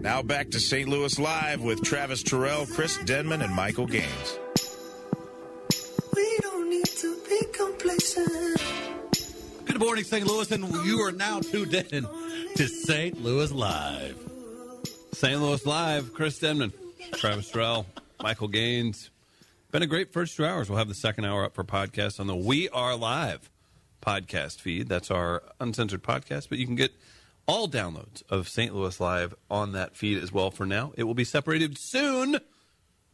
Now back to St. Louis Live with Travis Terrell, Chris Denman, and Michael Gaines. We don't need to be complacent. Good morning, St. Louis, and you are now tuned in to St. Louis Live. St. Louis Live, Chris Denman, Travis Strell, Michael Gaines. Been a great first two hours. We'll have the second hour up for podcast on the We Are Live podcast feed. That's our uncensored podcast, but you can get all downloads of St. Louis Live on that feed as well for now. It will be separated soon.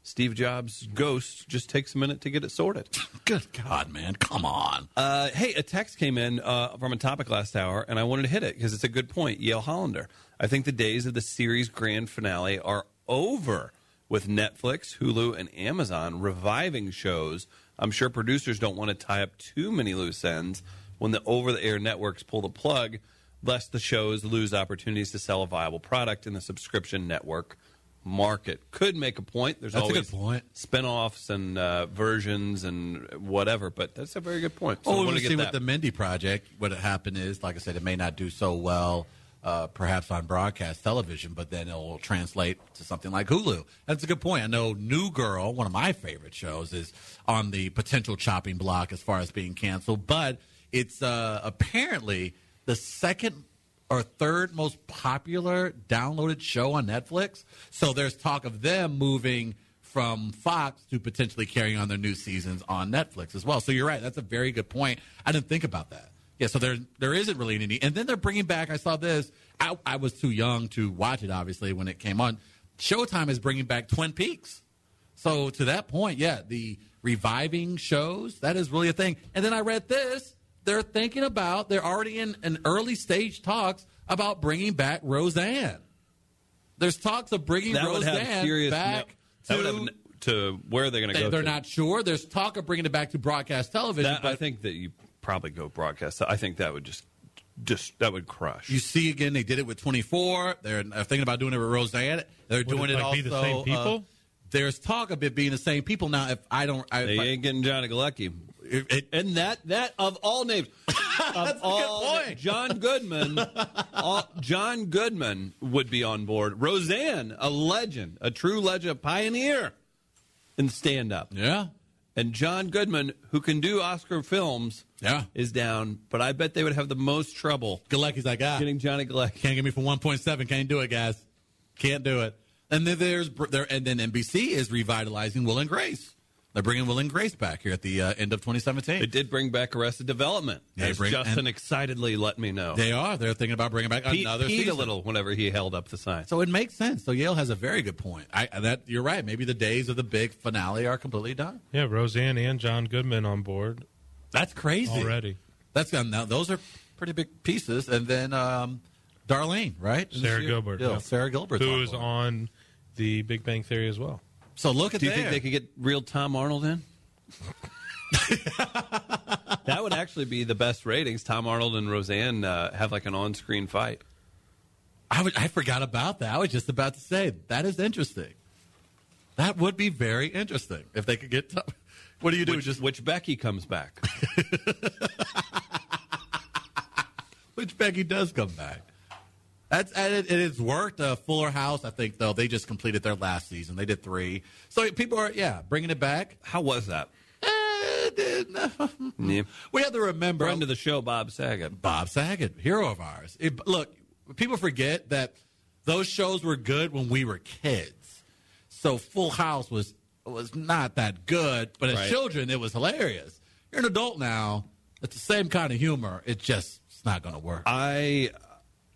Steve Jobs' ghost just takes a minute to get it sorted. Good God, man. Come on. Uh, hey, a text came in uh, from a topic last hour, and I wanted to hit it because it's a good point. Yale Hollander. I think the days of the series grand finale are over with Netflix, Hulu, and Amazon reviving shows. I'm sure producers don't want to tie up too many loose ends when the over the air networks pull the plug, lest the shows lose opportunities to sell a viable product in the subscription network market. Could make a point. There's That's a good always point. spin-offs and uh, versions and whatever. But that's a very good point. So I oh, we wanna want to get see that. with the Mindy project. What happened is, like I said, it may not do so well, uh, perhaps on broadcast television, but then it'll translate to something like Hulu. That's a good point. I know New Girl, one of my favorite shows, is on the potential chopping block as far as being canceled, but it's uh, apparently the second or third most popular downloaded show on Netflix. So there's talk of them moving from Fox to potentially carrying on their new seasons on Netflix as well. So you're right. That's a very good point. I didn't think about that. Yeah, so there there isn't really any. And then they're bringing back. I saw this. I, I was too young to watch it, obviously, when it came on. Showtime is bringing back Twin Peaks. So to that point, yeah, the reviving shows, that is really a thing. And then I read this. They're thinking about, they're already in, in early stage talks about bringing back Roseanne. There's talks of bringing that would Roseanne have serious back no- that to. would have n- to where they're going to they, go. are to. not sure. There's talk of bringing it back to broadcast television. That, but I think that you probably go broadcast. I think that would just just that would crush. you see again, they did it with 24. They're uh, thinking about doing it with Roseanne. They're doing it, it like, also. be the same uh, people? there's talk of it being the same people. Now, if I don't, I, they if I- ain't getting Johnny Galecki. it- it- And that that of all names, of all point. John Goodman, all, John Goodman would be on board. Roseanne, a legend, a true legend, a pioneer in stand up. yeah, And John Goodman, who can do Oscar films, Yeah. is down. But I bet they would have the most trouble Galecki's like, ah, getting Johnny Galecki. Can't get me for 1.7. Can't do it, guys. Can't do it. And then there's there, and then NBC is revitalizing Will and Grace. They're bringing Will and Grace back here at the uh, end of 2017. It did bring back Arrested Development. They as bring- Justin and- excitedly let me know. They are. They're thinking about bringing back Pete another peed a season. little whenever he held up the sign. So it makes sense. So Yale has a very good point. I that you're right. Maybe the days of the big finale are completely done. Yeah, Roseanne and John Goodman on board That's crazy. already. That's gone. Now those are pretty big pieces. And then um, Darlene, right? Sarah She- Gilbert, Yeah, yeah. Sarah Gilbert. Who is on the Big Bang Theory as well? So look at Do you there. think they could get real Tom Arnold in? that would actually be the best ratings. Tom Arnold and Roseanne uh, have like an on-screen fight. I, would, I forgot about that. I was just about to say that is interesting. That would be very interesting if they could get. T- what do you do? which, just which Becky comes back. which Becky does come back. That's and it, it has worked. Uh, Fuller House, I think though they just completed their last season. They did three, so people are yeah bringing it back. How was that? Eh, did- Yeah. we have to remember Friend of the show, Bob Saget. Bob Saget, hero of ours. It, look, people forget that those shows were good when we were kids. So Full House was was not that good, but as Right. children, it was hilarious. You're an adult now; it's the same kind of humor. It just it's not going to work. I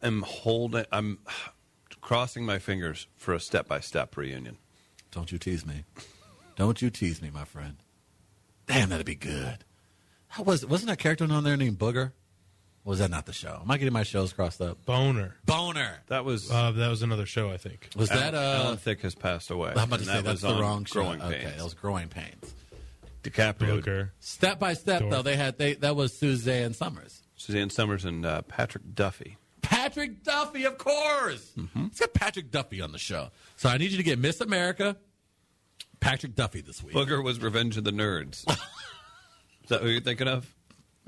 am holding. I'm crossing my fingers for a step-by-step reunion. Don't you tease me. Don't you tease me, my friend. Damn, that'd be good. How was it? Wasn't that character on there named Booger? Or was that not the show? Am I getting my shows crossed up? Boner. Boner. That was Uh, that was another show, I think. Was Alan, that uh Alan Thick has passed away. I'm about to and say that was that's the on wrong show. growing Okay, pains. that was growing pains. DiCaprio, Booger. Step by step Dork. though, they had they that was Suzanne Summers. Suzanne Summers, and uh, Patrick Duffy. Patrick Duffy, of course. Mm-hmm. It's got Patrick Duffy on the show. So I need you to get Miss America, Patrick Duffy this week. Booger was Revenge of the Nerds. Is that who you're thinking of?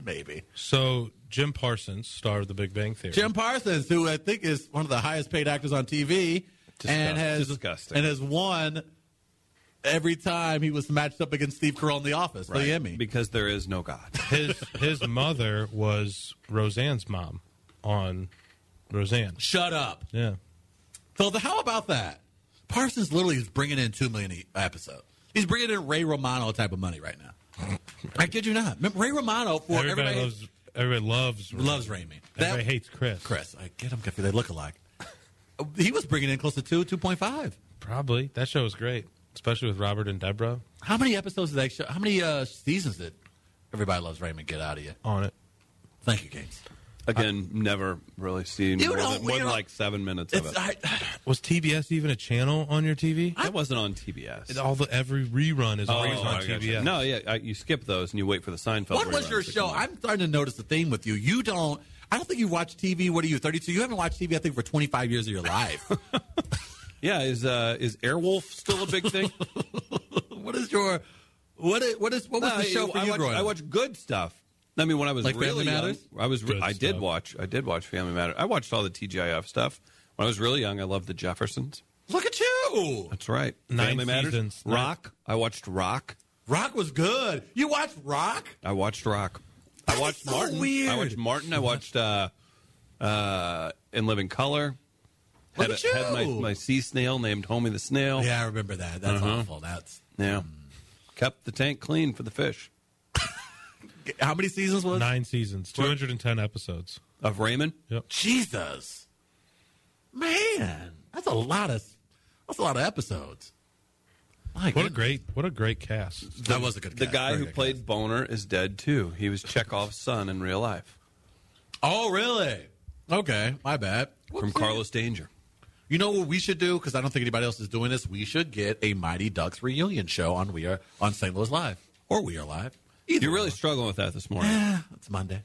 Maybe. So Jim Parsons, star of the Big Bang Theory. Jim Parsons, who I think is one of the highest paid actors on TV, and has Disgusting. and has won every time he was matched up against Steve Carell in The Office, Right. the Emmy. Because there is no God. His his mother was Roseanne's mom on Roseanne. Shut up. Yeah. So the, how about that? Parsons literally is bringing in two million e- episode. He's bringing in Ray Romano type of money right now. I kid you not. Remember Ray Romano for Everybody, everybody, loves everybody loves loves Raymond. Everybody hates Chris. Chris. I get him confused. They look alike. Uh, He was bringing in close to two, two point five. Probably. That show was great, especially with Robert and Deborah How many episodes did that show? How many uh, seasons did Everybody Loves Raymond get out of you? on it. Thank you, Gaines. Again, never really seen You more don't- than, we more than don't- like seven minutes of oh, It's, it. I, Was TBS even a channel on your TV? That wasn't on TBS. And all the every rerun is always Oh, I on gotcha. TBS. No, yeah, I, you skip those and you wait for the Seinfeld. what was reruns your to show? come on. I'm starting to notice a theme with you. You don't. I don't think you watch TV. What are you, 32? You haven't watched TV, I think, for 25 years of your life. Yeah, is uh, is Airwolf still a big thing? what is your. What is, what is what was No, the show for I, you watch, growing I up? watch good stuff. I mean, when I was Like really Family young, Matters? I was re- Good I did stuff. watch I did watch Family Matters. I watched all the TGIF stuff when I was really young. I loved the Jeffersons. Look at you! That's right. Nine Family Matters. seasons. Nine- Rock. I watched Rock. Rock was good. You watched Rock? I watched Rock. I watched so Martin. weird. I watched Martin. I watched uh, uh, In Living Color. Look had, at you. had my, my sea snail named Homie the Snail. Yeah, I remember that. That's awful. That's Yeah. Kept the tank clean for the fish. how many seasons was? Nine seasons, 210 episodes. Of Raymond? Yep. Jesus, man, that's a lot of that's a lot of episodes. My What a goodness. great what a great cast. that was a good. The cast. guy Very who good played cast. Boner is dead too. He was Chekhov's son in real life Oh, really? Okay, my bad. from Whoopsie. Carlos Danger. You know what we should do? Because I don't think anybody else is doing this. We should get a Mighty Ducks reunion show on We Are on St. Louis Live or We Are Live. Either You're really one. struggling with that this morning. Ah, it's Monday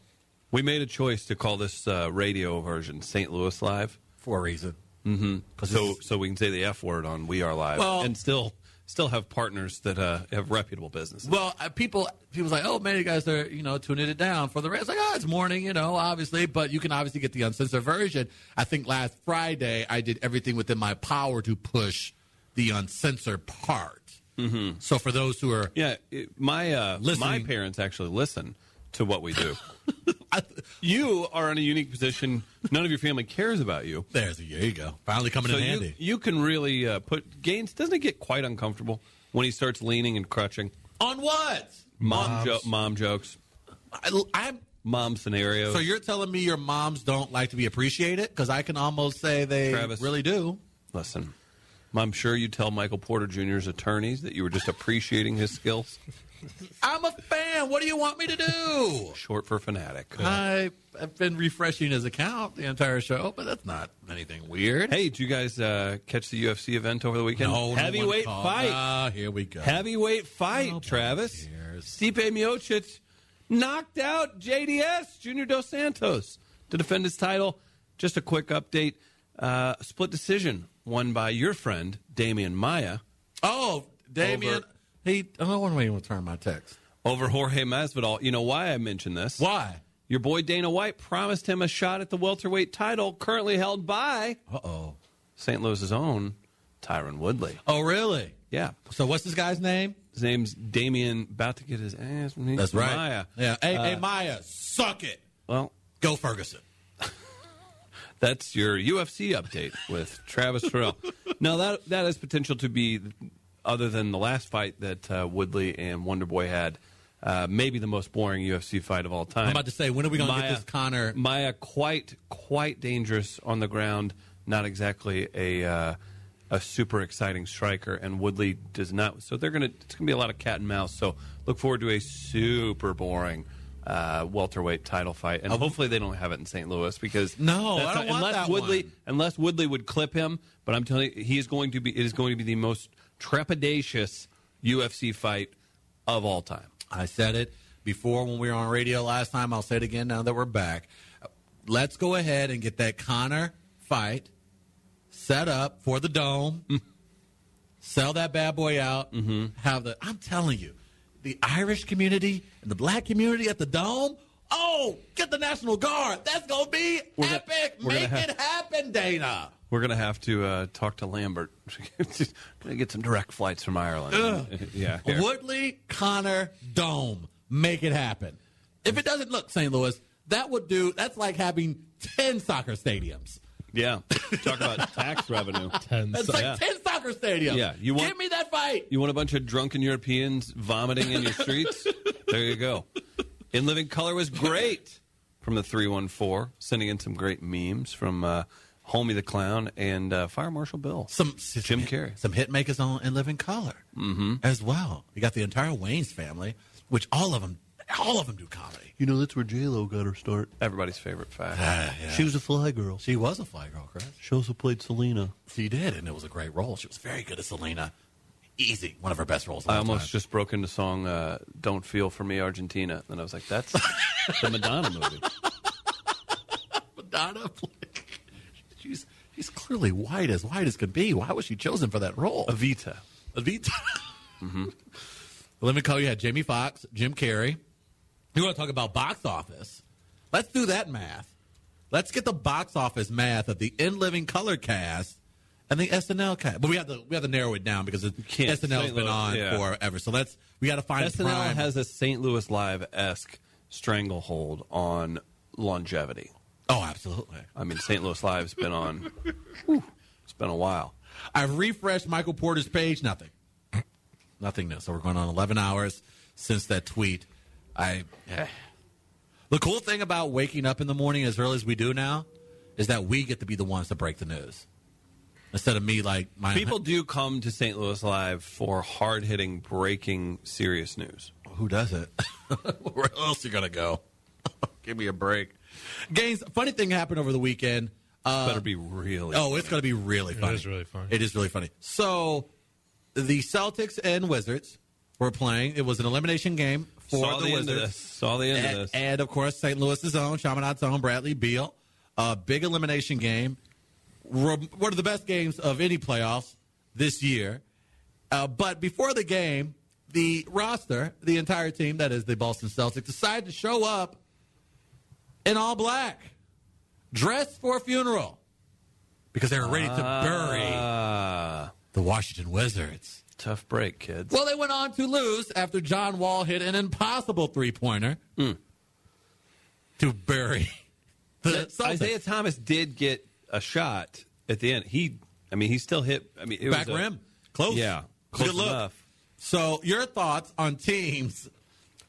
We made a choice to call this uh, radio version St. Louis Live, for a reason. Mm-hmm. so so we can say the F word on We Are Live Well- and still still have partners that uh, have reputable businesses. Well, uh, people people's like, oh man, you guys are you know tuning it down for the rest. Like, oh, it's morning, you know, obviously, but you can obviously get the uncensored version. I think last Friday I did everything within my power to push the uncensored part. Mm-hmm. So for those who are, yeah, it- my uh, my Listening. parents actually listen to what we do. I, you are in a unique position. None of your family cares about you. there's there you go, finally coming So in you, handy you can really uh, put Gaines. Doesn't it get quite uncomfortable when he starts leaning and crutching? on what? Mom, Moms. jo- mom jokes, I, I'm. mom scenarios. So you're telling me your moms don't like to be appreciated? Because I can almost say they Travis. really do. Listen, I'm sure you tell Michael Porter Jr.'s attorneys that you were just appreciating his skills. I'm a fan. What do you want me to do? Short for fanatic. I, I've been refreshing his account the entire show, but that's not anything weird. Hey, did you guys uh, catch the UFC event over the weekend? No, no one heavyweight called. fight. Ah, here we go. heavyweight fight, Nobody Travis. cares. Stipe Miocic knocked out JDS, Junior Dos Santos, to defend his title. Just a quick update. Uh, split decision won by your friend, Damian Maya, oh, Damien. Over. He. Oh, I wonder when he will turn my text. over Jorge Masvidal. You know why I mentioned this? Why? Your boy Dana White promised him a shot at the welterweight title currently held by Uh oh. St. Louis's own Tyron Woodley. Oh, really? Yeah. So what's this guy's name? His name's Damien, about to get his ass. Maya. Yeah. Hey, hey, Maya, suck it. Well, Go Ferguson. That's your UFC update with Travis Terrell. Now that that has potential to be, other than the last fight that uh, Woodley and Wonderboy had, uh, maybe the most boring UFC fight of all time. I'm about to say, when are we going to get this Connor? Maya quite quite dangerous on the ground. Not exactly a uh, a super exciting striker, and Woodley does not. So they're gonna it's gonna be a lot of cat and mouse. So look forward to a super boring. Uh, welterweight title fight, and hopefully they don't have it in St. Louis because Oh. No, that's I don't want unless that Woodley one. unless Woodley would clip him. But I'm telling you, he is going to be it is going to be the most trepidatious UFC fight of all time. I said it before when we were on radio last time. I'll say it again now that we're back. Let's go ahead and get that Connor fight set up for the dome. Mm. Sell that bad boy out. Mm-hmm. Have the I'm telling you, the Irish community and the black community at the dome. Oh, get the National Guard. That's gonna be We're gonna- epic. we're gonna Make have- it happen, Dana. We're going to have to uh, talk to Lambert. Gonna get some direct flights from Ireland. yeah. here. Woodley, Connor, Dome. Make it happen. If it doesn't look St. Louis, that would do. That's like having ten soccer stadiums. Yeah. Talk about tax revenue. And It's so- like Yeah. ten soccer stadiums. Yeah, you want- give me that fight. You want a bunch of drunken Europeans vomiting in your streets? there you go. In Living Color was great from the 314, sending in some great memes from uh, Homie the Clown and uh, Fire Marshal Bill. Some Jim Carrey. Mm-hmm. some hit makers on and live in color as well. You got the entire Wayne's family, which all of them, all of them do comedy. You know, that's where J-Lo got her start. Everybody's favorite fact. She was a fly girl. She was a fly girl, Chris. She also played Selena. She did, and it was a great role. She was very good as Selena. Easy, one of her best roles. Of I all almost time. just broke into song uh, Don't Feel For Me Argentina. And I was like, that's the Madonna movie. Madonna. she's she's clearly white as white as could be. Why was she chosen for that role? Mm-hmm. Evita. Avita. Let me call you. Had Jamie Foxx, Jim Carrey. You want to talk about box office? Let's do that math. Let's get the box office math of the In Living Color cast and the SNL cast. But we have to we have to narrow it down because the can't. SNL's St. been Louis, on yeah. forever. So let's we got to find SNL prime. has a St. Louis Live esque stranglehold on longevity. oh, absolutely. I mean, St. Louis Live's been on. whew, it's been a while. I've refreshed Michael Porter's page. Nothing. Nothing new. So we're going on 11 hours since that tweet. I. The cool thing about waking up in the morning as early as we do now is that we get to be the ones to break the news instead of me like my People do come to St. Louis Live for hard hitting, breaking, serious news. Who does it? Where else you gonna go? Give me a break. Gaines. Funny thing happened over the weekend. Uh, Better be really. Oh, it's going to be really funny. is really funny. It is really funny. So, the Celtics and Wizards were playing. It was an elimination game for saw the, the, Eh, end of this. Wizards. Saw the end of And, this. and, of course, St. Louis's own, Chaminade's own, Bradley Beal. A big elimination game. Re- One of the best games of any playoffs this year. Uh, but before the game, the roster, the entire team, that is the Boston Celtics, decided to show up in all black, dressed for a funeral, because they were ready to bury the Washington Wizards. Tough break, kids. Well, they went on to lose after John Wall hit an impossible three pointer Hmm. to bury the Celtics. Isaiah Thomas did get a shot at the end. He, I mean, he still hit. I mean, it back was a- rim. Close. Yeah, close Good look. enough. So, your thoughts on teams?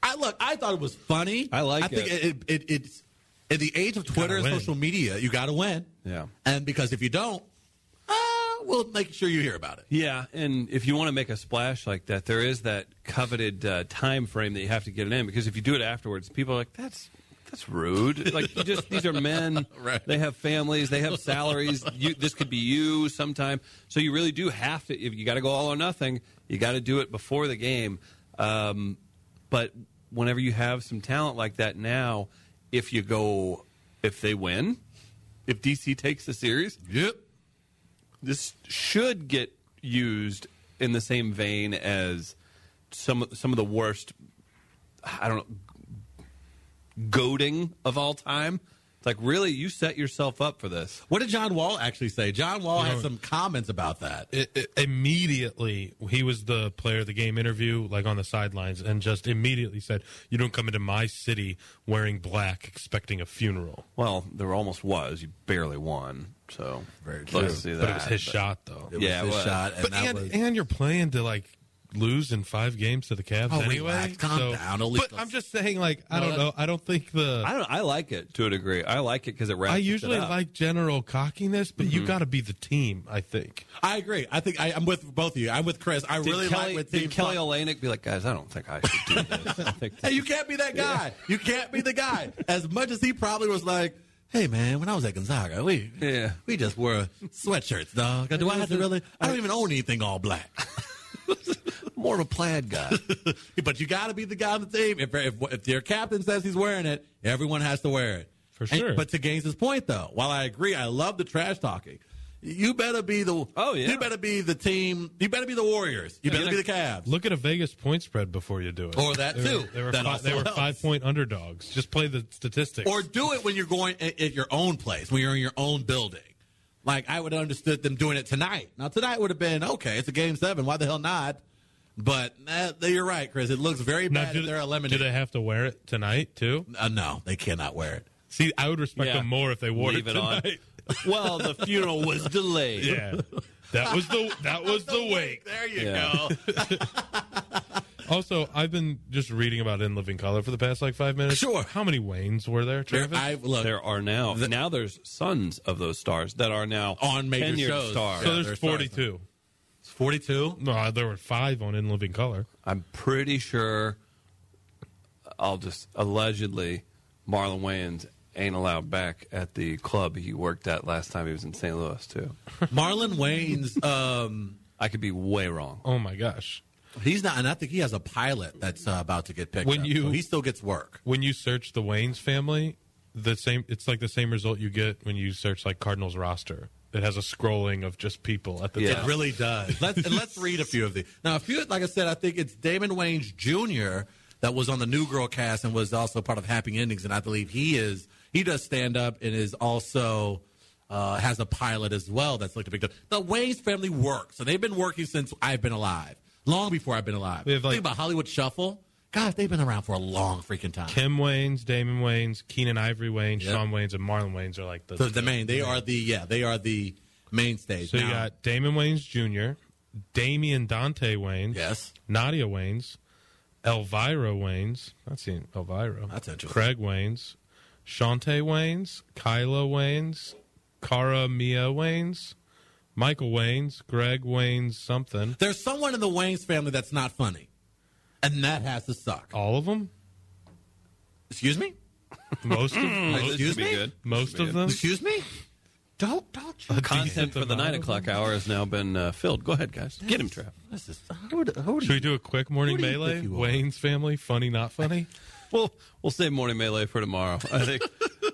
I look. I thought it was funny. I like I think it. it. it, it, it's in the age of Twitter and win. social media, you got to win. Yeah. And because if you don't, uh, we'll make sure you hear about it. Yeah, and if you want to make a splash like that, there is that coveted uh, time frame that you have to get it in because if you do it afterwards, people are like, "That's that's rude." Like, you just these are men; Right. they have families, they have salaries. You, this could be you sometime. So you really do have to. If you got to go all or nothing, you got to do it before the game. Um, but whenever you have some talent like that now, if you go, if they win, if DC takes the series, Yep. this should get used in the same vein as some some of the worst I don't know goading of all time. It's like really you set yourself up for this. What did John Wall actually say? John Wall had No. some comments about that. it, it- immediately he was the player of the game interview like on the sidelines and just immediately said you don't come into my city wearing black expecting a funeral Well, there almost was. You barely won. So Very let's true. see but it was that, his shot though It Yeah, it was his was. shot, and but that and, was and you're playing to like lose in five games to the Cavs Oh, anyway relax. Calm down. At least but I'm just saying like I No, don't that- know I don't think the I don't I like it to a degree. I like it because it wraps I it usually up. like general cockiness but Mm-hmm. you got to be the team I think I agree. I think I, I'm with both of you. I'm with Chris. I did really Kelly, like with did teams. Kelly Olynyk be like, guys, I don't think I should do this. I think hey, you can't be that guy. You can't be the guy. As much as he probably was like, hey man, when I was at Gonzaga, we Yeah. we just wore sweatshirts, dog. Do I have to really? I don't even own anything all black. more of a plaid guy. but you got to be the guy on the team. If, if if your captain says he's wearing it, everyone has to wear it For And- sure. but to Gaines's point, though, while I agree, I love the trash talking. You better be the Oh, yeah. You better be the team. You better be the Warriors. You better be the Cavs. Look at a Vegas point spread before you do it. Or that They too. were- They were, That fi- they also were helps. five point underdogs. Just play the statistics. Or do it when you're going at, at your own place, when you're in your own building. Like I would have understood them doing it tonight. Now tonight would have been okay. It's a game seven. Why the hell not? But eh, you're right, Chris. It looks very Now, bad. do, if they're they, do eliminated. they have to wear it tonight too? Uh, no, they cannot wear it. See, I would respect Yeah. them more if they wore Leave it it on. tonight. well, the funeral was delayed. Yeah, that was the that was the wake. There you Yeah. go. Also, I've been just reading about In Living Color for the past like five minutes. Sure. How many Waynes were there, There- Travis? I look. There are now now there's sons of those stars that are now On major tenured shows. Stars. so yeah, there's there's 42. It's 42. No, there were five on In Living Color. I'm pretty sure. I'll just allegedly, Marlon Wayans ain't allowed back at the club he worked at last time he was in St. Louis too. Marlon Wayne's. Um, I could be way wrong. Oh my gosh. he's not, and I think he has a pilot that's uh, about to get picked When up, you- so he still gets work. When you search the Waynes family, the same it's like the same result you get when you search like Cardinals roster. It has a scrolling of just people at the Yeah. top. Really does. Let's and let's read a few of these. Now, a few, like I said, I think it's Damon Wayans Jr. that was on the New Girl cast and was also part of Happy Endings, and I believe he is he does stand up and is also uh, has a pilot as well that's looked a big deal. The Wayans family works, so they've been working since I've been alive, long before I've been alive. We have, like- think about Hollywood Shuffle. God, they've been around for a long freaking time. Kim Waynes, Damon Waynes, Keenan Ivory Waynes, Yep. Sean Waynes, and Marlon Waynes are like the So the main, they are the yeah, they are the mainstays. So you Now- got Damon Waynes Jr., Damian Dante Waynes, yes, Nadia Waynes, Elvira Waynes, not seeing Elvira, That's interesting. Craig Waynes, Shantae Waynes, Kyla Waynes, Cara Mia Waynes, Michael Waynes, Greg Waynes, something. there's someone in the Wayne's family that's not funny, and that has to suck. All of them? Oh, Excuse me? Most of, most, Excuse should me? Be good. most of them? Excuse me? Don't don't you? Content for the amount nine of o'clock hour has now been uh, filled. Go ahead, guys. Get him, Trav. This is Who would, who would Should we do a quick morning Who do you melee? think you are? Wayne's family, funny, not funny? Well, we'll save morning melee for tomorrow. I think.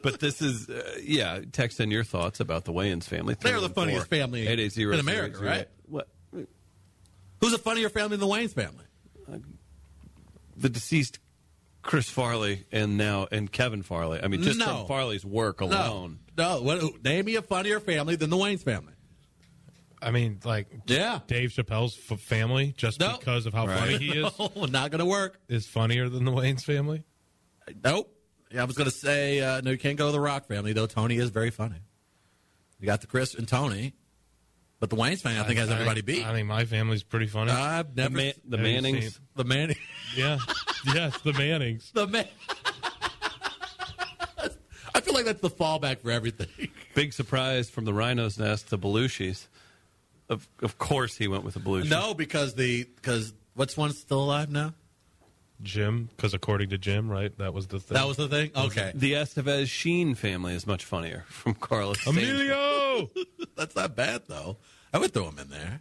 but this is, uh, yeah. Text in your thoughts about the Wayans family. They're the funniest family 880 in America, right? What? who's a funnier family than the Wayne's family? The deceased Chris Farley and now and Kevin Farley. I mean, just No. from Farley's work No, alone. no. What, name me a funnier family than the Wayne's family. I mean, like Yeah. Dave Chappelle's f- family, just No. because of how funny he is, Oh, not gonna work. is funnier than the Wayne's family. Nope. Yeah, I was gonna say uh, no. You can't go to the Rock family though. Tony is very funny. You got the Chris and Tony, but the Wayne's family I think has everybody beat. I think my family's pretty funny. I've The, never man, the Have you Mannings. seen- the man yeah, yes, the Mannings. the man. I feel like that's the fallback for everything. Big surprise from the Rhino's Nest, the Belushis. Of, of course, he went with the Belushis. No, because the because what's one still alive now? Jim, because according to Jim, right, that was the thing. That was the Mm-hmm. thing. Okay, The Estevez Sheen family is much funnier from Carlos. Santana. Emilio. that's not bad though. I would throw him in there.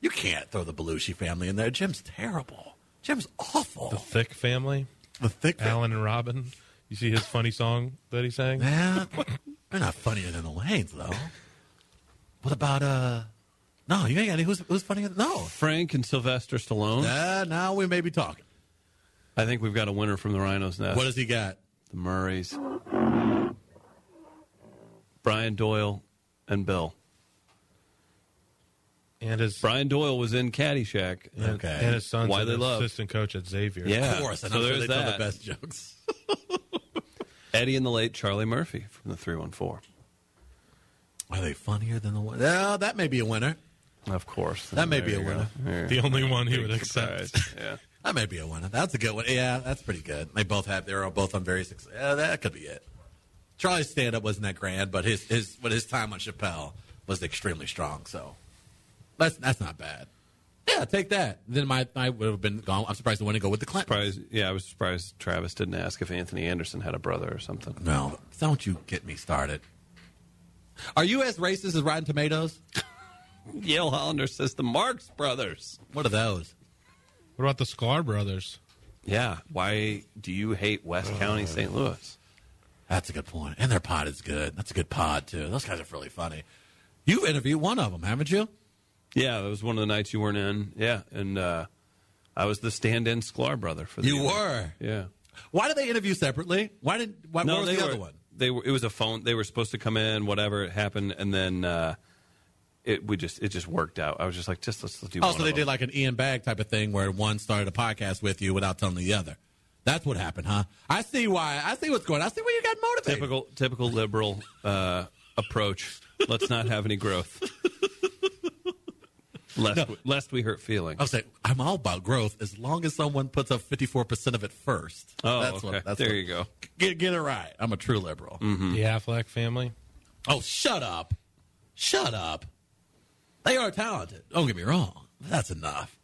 You can't throw the Belushi family in there. Jim's terrible. Jim's awful. the Thick family, The thick Alan and Robin. You see his funny song that he sang. Nah, they're not funnier than the Waynes though. What about uh? No, you ain't got any. Who's who's funnier? than- No. Frank and Sylvester Stallone. Nah, now we may be talking. I think we've got a winner from the Rhino's Nest. What has he got? the Murrays, Brian Doyle, and Bill. And his Brian Doyle was in Caddyshack. and, Okay. and his son's Why an they love. assistant coach at Xavier. Yeah. Of course, and So I'm sure there's they tell that. the best jokes. Eddie and the late Charlie Murphy from the 314. Are they funnier than the Waynes? Yeah, that may be a winner. Of course. That may There be a you go. winner. There. the only one he would Big accept. surprise. yeah. That may be a winner. That's a good one. Yeah, that's pretty good. They both have. They're both on very success. Yeah, that could be it. Charlie's stand up wasn't that grand, but his his but his time on Chappelle was extremely strong. So that's that's not bad. Yeah, take that. Then my I would have been gone. I'm surprised the one to go with the Clintons. Surprised, yeah, I was surprised Travis didn't ask if Anthony Anderson had a brother or something. No, don't you get me started. Are you as racist as Rotten Tomatoes? Yale Hollander says the Marx brothers. What are those? What about the Sklar brothers? Yeah. Why do you hate West County, St. Louis? That's a good point. And their pod is good. That's a good pod too. Those guys are really funny. You've interviewed one of them, haven't you? Yeah, that was one of the nights you weren't in. Yeah, and uh, I was the stand-in Sklar brother for the You evening. were. Yeah. Why did they interview separately? Why did why, what was they the were, other one? they were it was a phone they were supposed to come in whatever it happened and then uh, it we just it just worked out. I was just like just let's, let's do. Oh, one so of they them. did like an Ian Bag type of thing where one started a podcast with you without telling the other. That's what happened, huh? I see why. I see what's going. on. I see where you got motivated. typical typical liberal uh, approach. Let's not have any growth. Lest, lest we hurt feelings. I was like, I'm all about growth as long as someone puts up 54 percent of it first. Oh, okay. there what- you go. Get, get it right. I'm a true liberal. The Affleck family. Oh, shut up, shut up. They are talented. Don't get me wrong. That's enough.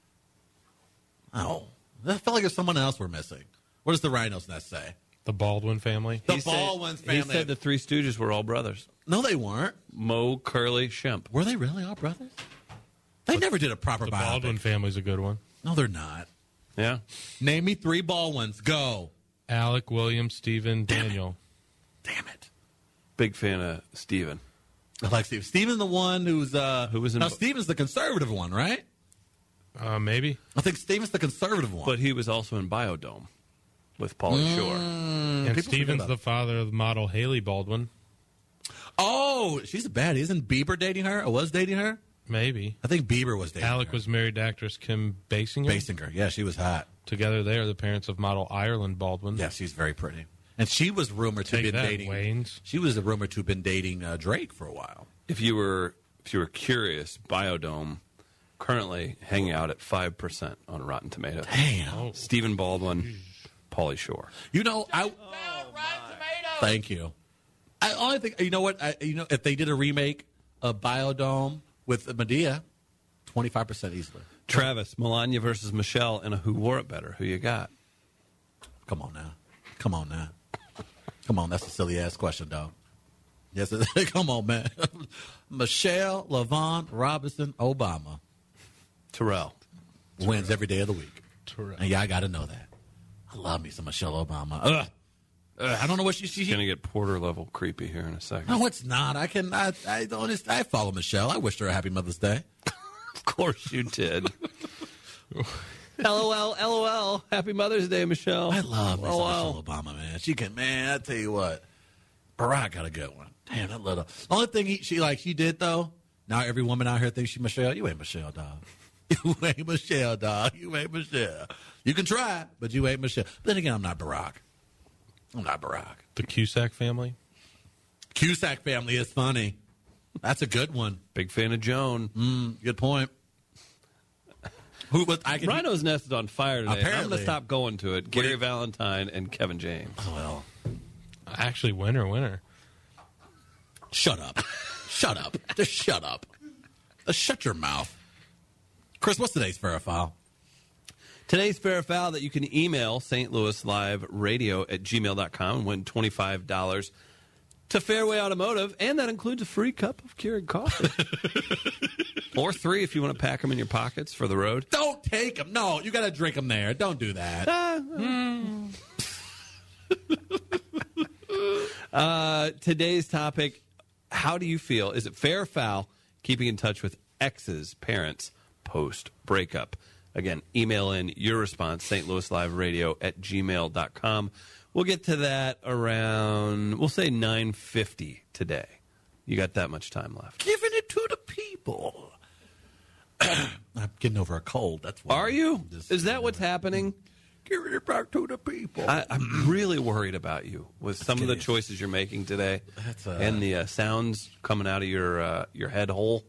Oh, that felt like there's someone else we're missing. What does the Rhinos Nest say? The Baldwin family. The He said- Baldwin's He family. said the Three Stooges were all brothers. no, they weren't. Mo, Curly, Shemp. Were they really all brothers? They never did a proper The biopic. Baldwin family's a good one. No, they're not. Yeah. Name me three Baldwins. Go. Alec, William, Stephen, Daniel. Damn it. Big fan of Steven. I like Steve. Steven's the one who's uh Who was in- now Steven's the conservative one, right? Uh, maybe. I think Steven's the conservative one. But he was also in Biodome with Pauly Shore. and Hmm, people forget Stephen's about the father of the model Haley Baldwin. oh, she's a baddie. Isn't Bieber dating her? Or was dating her? Maybe. I think Bieber was dating Alec her. was married to actress Kim Basinger. Basinger. Yeah, she was hot. Together, they are the parents of model Ireland Baldwin. Yeah, she's very pretty. And she was rumored to Take have been that, dating. Waynes. She was rumored to have been dating uh, Drake for a while. If you were if you were curious, Biodome currently hanging out at five percent on Rotten Tomatoes. Damn. Oh. Stephen Baldwin, Pauly Shore. You know, I. Oh, Thank you. I only think you know what I, you know if they did a remake of Biodome with Medea, twenty five percent easily. Travis, Melania versus Michelle in a Who Wore It Better. Who you got? Come on now, come on now, come on. That's a silly ass question, dog. Yes, it- come on, man. Michelle, Lavon, Robinson, Obama Terrell. wins every day of the week, Terrell. and y'all got to know that. I love me some Michelle Obama. Ugh. Ugh, I don't know what she. she Gonna get Porter level creepy here in a second. no, it's not. I can. I, I don't. it's- I follow Michelle. I wished her a happy Mother's Day. Of course you did. LOL, LOL. Happy Mother's Day, Michelle. I love Miss LOL. Michelle Obama, man. She can, man. I tell you what, Barack got a good one. Damn, that little. The only thing he, she like she did though. Now every woman out here thinks she Michelle. You ain't Michelle, dog. You ain't Michelle, dog. You ain't Michelle. You can try, but you ain't Michelle. Then again, I'm not Barack. I'm not Barack. The Cusack family. Cusack family is funny. That's a good one. Big fan of Joan. Good point. Who? But I can. Rhino's Nest is on fire today. and I'm going Apparently. to stop going to it. Gary Valentine and Kevin James. Well, Actually, winner, winner. Shut up. shut up. Just shut up. Just shut your mouth. Chris, what's today's Verifile? Today's fair foul that you can email St. Louis Live Radio at gmail.com and win $25 to Fairway Automotive, and that includes a free cup of Keurig coffee. or three if you want to pack them in your pockets for the road. Don't take them. No, you got to drink them there. Don't do that. Uh, today's topic how do you feel? Is it fair or foul keeping in touch with ex's parents post breakup? Again, email in your response, St. Louis Live Radio at gmail.com. We'll get to that around, we'll say 9.50 today. You got that much time left. Giving it to the people. I'm getting over a cold. That's why. Are you? Just- Is that what's happening? Giving it back to the people. I, I'm really worried about you with some of the getting- choices you're making today That's, uh, and the uh, sounds coming out of your, uh, your head hole.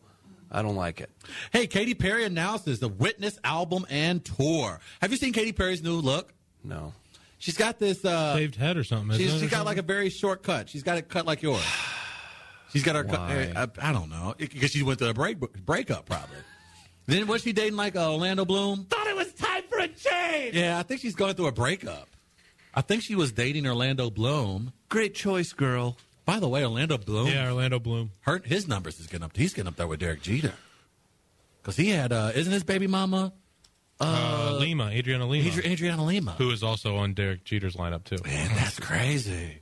I don't like it. hey, Katy Perry announces the Witness album and tour. Have you seen Katy Perry's new look? No. She's got this. Uh, Saved head or something. She's, isn't it, she's or got like a very short cut. She's got it cut like yours. She's got her cut. Why? I, I don't know because she went through a break breakup probably. then was she dating like uh, Orlando Bloom? Thought it was time for a change. Yeah, I think she's going through a breakup. I think she was dating Orlando Bloom. Great choice, girl. By the way, Orlando Bloom, something? Yeah, Orlando Bloom. her his numbers is getting up. He's getting up there with Derek Jeter because he had uh, isn't his baby mama Uh, Lima, Adriana Lima. Adri- Adriana Lima? who is also on Derek Jeter's lineup, too. Man, that's crazy.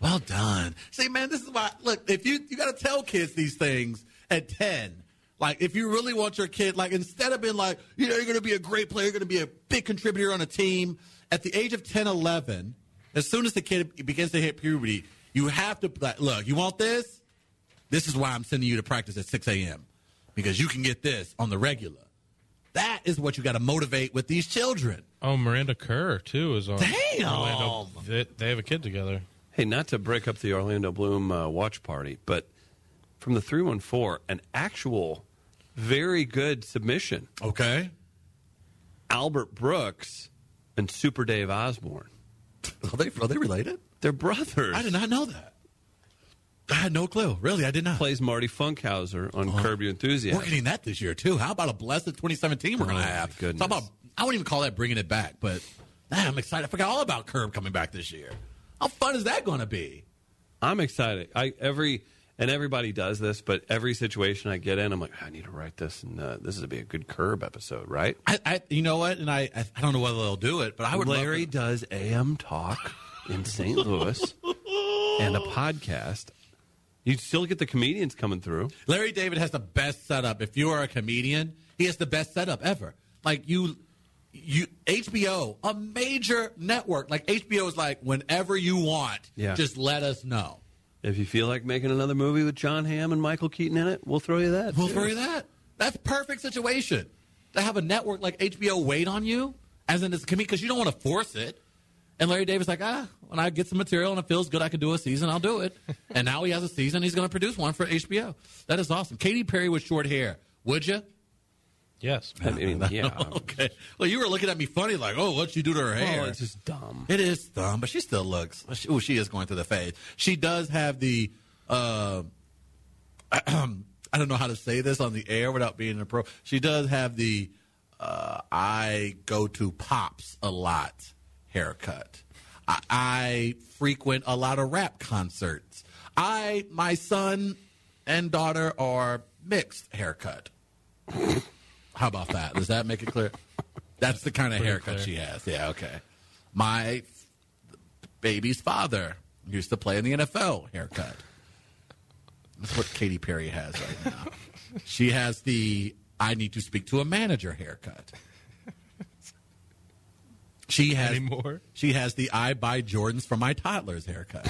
Well done. See, man, this is why. Look, if you you got to tell kids these things at ten, like if you really want your kid, like instead of being like, you know, you're going to be a great player, you're going to be a big contributor on a team. At the age of 10, 11, as soon as the kid begins to hit puberty, You have to like, look. You want this? This is why I'm sending you to practice at 6 a.m. because you can get this on the regular. That is what you got to motivate with these children. Oh, Miranda Kerr too is on. Damn! Orlando. They, they have a kid together. Hey, not to break up the Orlando Bloom uh, watch party, but from the 314, an actual very good submission. Okay. Albert Brooks and Super Dave Osborne. Are they are they related? They're brothers. I did not know that. I had no clue. Really, I did not. Plays Marty Funkhauser on Curb Your Oh. We're Enthusiasm. getting that this year too. How about a blessed 2017 we're going Oh, to my have? goodness. Talk about I wouldn't even call that bringing it back, but man, I'm excited. I forgot all about Curb coming back this year. How fun is that going to be? I'm excited. I every and everybody does this, but every situation I get in, I'm like, I need to write this, and uh, this is be a good Curb episode, right? I, I you know what? And I, I I don't know whether they'll do it, but I would love Larry it. does AM talk in St. Louis and a podcast. You still get the comedians coming through. Larry David has the best setup. If you are a comedian, he has the best setup ever. Like you, you HBO, a major network. Like HBO is like whenever you want, Yeah. just let us know. If you feel like making another movie with John Hamm and Michael Keaton in it, we'll throw you that. We'll too. throw you that. That's perfect situation to have a network like HBO wait on you as in it's comedian because you don't want to force it. And Larry David's like, ah, when I get some material and it feels good, I can do a season. I'll do it. and now he has a season. He's going to produce one for HBO. That is awesome. Katy Perry with short hair. Would you? Yes. I mean, yeah. Okay. Well, you were looking at me funny, like, oh, what you do to her hair? Well, it's just dumb. It is dumb, but she still looks. She, oh, she is going through the phase. She does have the. Uh, I don't know how to say this on the air without being a pro. She does have the. Uh, I go to pops a lot haircut. I, I frequent a lot of rap concerts. I my son and daughter are mixed haircut. How about that? Does that make it clear? That's the kind of haircut clear. she has. Yeah, okay. My f- baby's father used to play in the NFL haircut. That's what Katy Perry has right now. she has the I need to speak to a manager haircut. She has Anymore? She has the I buy Jordans for my toddlers haircut.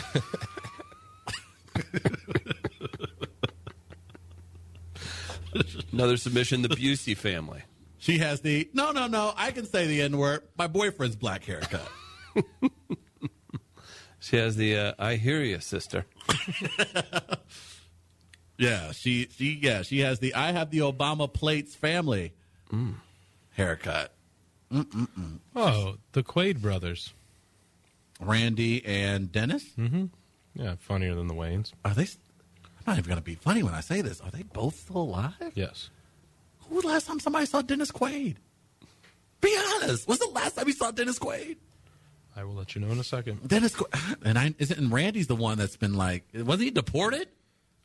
Another submission, the Busey family. She has the no, no, no. I can say the N word. My boyfriend's black haircut. She has the uh, I hear you, sister. Yeah, she she yeah she has the I have the Obama plates family haircut. Oh, the Quaid brothers. Randy and Dennis Yeah, funnier than the Waynes. are they? s- I'm not even gonna be funny when I say this. Are they both still alive? Yes. Who was the last time somebody saw Dennis Quaid? Be honest. What's the last time you saw Dennis Quaid? I will let you know in a second. Dennis Quaid, and I isn't and Randy's the one that's been like wasn't he deported?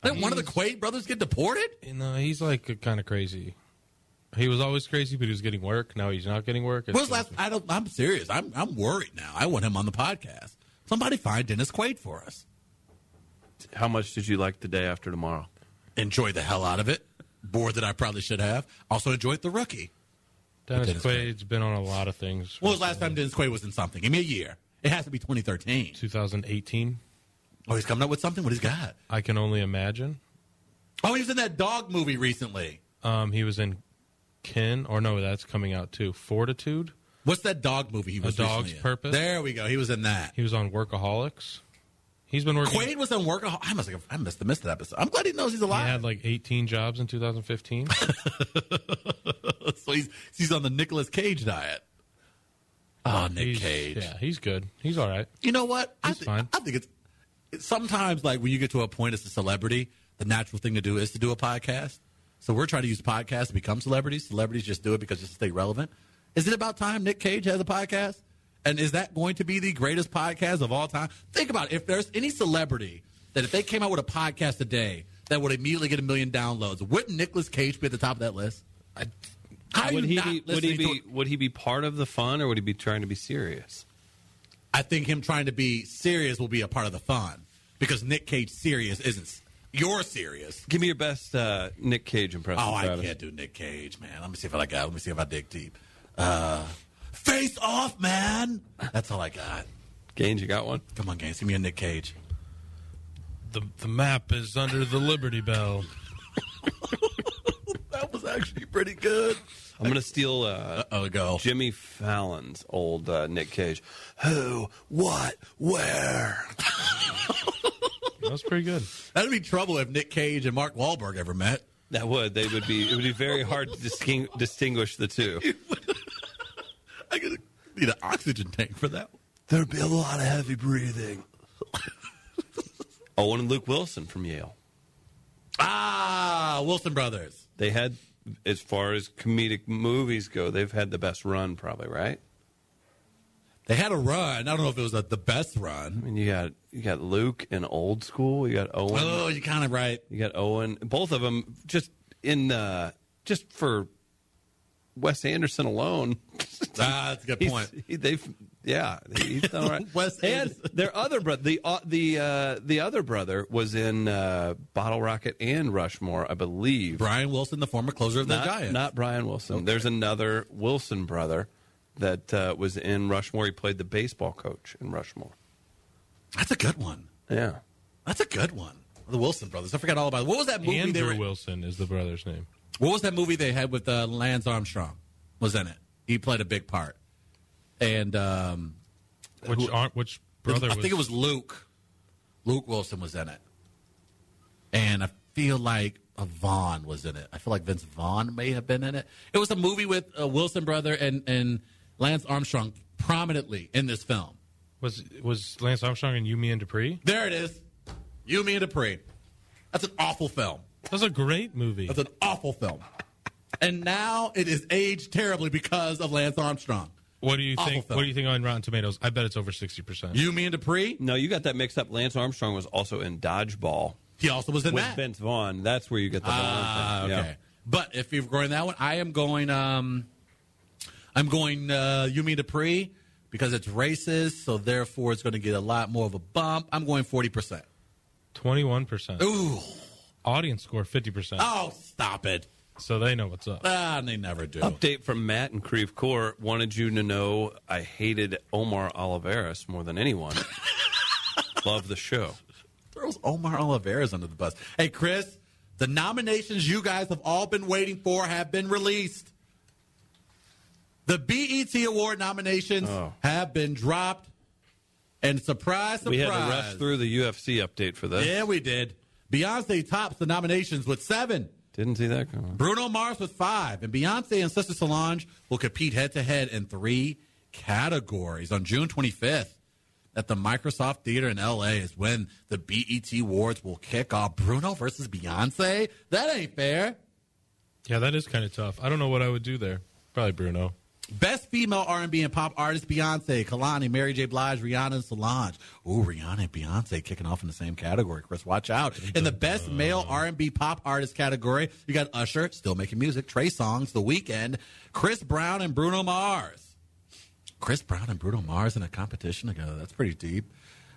Didn't one of the Quaid brothers get deported? You know, uh, he's like kind of crazy. He was always crazy, but he was getting work. Now he's not getting work. It's When's the last? I don't. I'm serious. I'm I'm worried now. I want him on the podcast. Somebody find Dennis Quaid for us. How much did you like the day after tomorrow? enjoyed the hell out of it. Bored that I probably should have. Also enjoyed the rookie. Dennis, Dennis Quaid. Quaid's been on a lot of things. When was the last time Dennis Quaid was in something? Give me a year. It has to be 2013. 2018. Oh, he's coming up with something. What he's got? I can only imagine. Oh, he was in that dog movie recently. Um, he was in Kin, or no, that's coming out too. Fortitude. What's that dog movie he was? Dog's recently in? Purpose? There we go. He was in that. He was on Workaholics. He's been working. Quaid was on work. I must. Have, I missed the missed that episode. I'm glad he knows he's He had alive. like 18 jobs in 2015. so he's he's on the Nicolas Cage diet. Oh, Nick He's- Cage. Yeah, he's good. He's all right. You know what? I, He's thi- fine. I think it's, it's sometimes like when you get to a point as a celebrity, the natural thing to do is to do a podcast. So we're trying to use podcasts to become celebrities. Celebrities just do it because just to stay relevant. Is it about time Nick Cage has a podcast? And is that going to be the greatest podcast of all time? Think about it. If there's any celebrity that if they came out with a podcast today that would immediately get a million downloads, wouldn't Nicolas Cage be at the top of that list? How are Would you he not be, would he listening to be it? would he be part of the fun or would he be trying to be serious? I think him trying to be serious will be a part of the fun because Nick Cage serious isn't. You're serious. Give me your best uh, Nick Cage impression. Oh, I Travis. can't do Nick Cage, man. Let me see if I got. Let me see if I dig deep. Uh, face off, man. That's all I got. Gaines, you got one? Come on, guys. Give me a Nick Cage. the the map is under the Liberty Bell. That was actually pretty good. I'm going to steal uh, Oh, go. Jimmy Fallon's old uh, Nick Cage. Who, what, where? That was pretty good. That'd be trouble if Nick Cage and Mark Wahlberg ever met. That would they would be. It would be very hard to disting- distinguish the two. I could need an oxygen tank for that. one. There'd be a lot of heavy breathing. Owen Oh, and Luke Wilson from Yale. Ah, Wilson Brothers. They had, as far as comedic movies go, they've had the best run, probably. Right? They had a run. I don't know if it was a, the best run. I mean, you got you got Luke in Old School. You got Owen. Oh, you're kind of right. You got Owen. Both of them just in uh, just for Wes Anderson alone. Ah, that's a good He's- point. he- they've yeah, he's done all right. Wes and Anderson. their other brother, the uh, the uh, the other brother was in uh, Bottle Rocket and Rushmore, I believe. Brian Wilson, the former closer of the not, Giants. not Brian Wilson. There's another Wilson brother that uh, was in Rushmore. He played the baseball coach in Rushmore. that's a good one. Yeah, That's a good one. The Wilson brothers. I forgot all about it. What was that movie? they Andrew were, Wilson is the brother's name. What was that movie they had with uh, Lance Armstrong? Was in it. He played a big part. And um, Which aren't which brother? I think it was Luke. Luke Wilson was in it. And I feel like a Vaughn was in it. I feel like Vince Vaughn may have been in it. It was a movie with uh, Wilson brother and, and Lance Armstrong prominently in this film. was was Lance Armstrong and Yumi and Dupree. There it is. You, me, and Dupree. That's an awful film. That was a great movie. That's an awful film. And now it is aged terribly because of Lance Armstrong. What do you awful think? film. What do you think on Rotten Tomatoes? I bet it's over sixty percent. You, me, and Dupree. no, you got that mixed up. Lance Armstrong was also in Dodgeball He also was in with that. Vince Vaughn. That's where you get the Ah, Vaughn thing. okay. Yeah. But if you're going that one, I am going. Um, I'm going uh, Yumi Dupree because it's racist, so therefore it's going to get a lot more of a bump. I'm going forty percent. Twenty-one percent. Ooh, Audience score fifty percent. oh, stop it! So they know what's up. Ah, they never do. Update from Matt and Creve Core wanted you to know I hated Omar Oliveras more than anyone. Love the show. Throws Omar Oliveras under the bus. Hey, Chris, the nominations you guys have all been waiting for have been released. The BET Award nominations Oh. have been dropped, and surprise, surprise, We had to rush through the UFC update for this. Yeah, we did. Beyonce tops the nominations with seven. Didn't see that coming. Bruno Mars with five. And Beyonce and Sister Solange will compete head to head in three categories on June 25th at the Microsoft Theater in LA is when the BET Awards will kick off. Bruno versus Beyonce? That ain't fair. Yeah, that is kind of tough. I don't know what I would do there. Probably Bruno. Best female R&B and pop artist Beyonce, Kalani, Mary J. Blige, Rihanna, and Solange. Ooh, Rihanna and Beyonce kicking off in the same category. Chris, watch out. In the best male R&B pop artist category, you got Usher, still making music, Trey Songz, The Weeknd, Chris Brown, and Bruno Mars. Chris Brown and Bruno Mars in a competition together. That's pretty deep.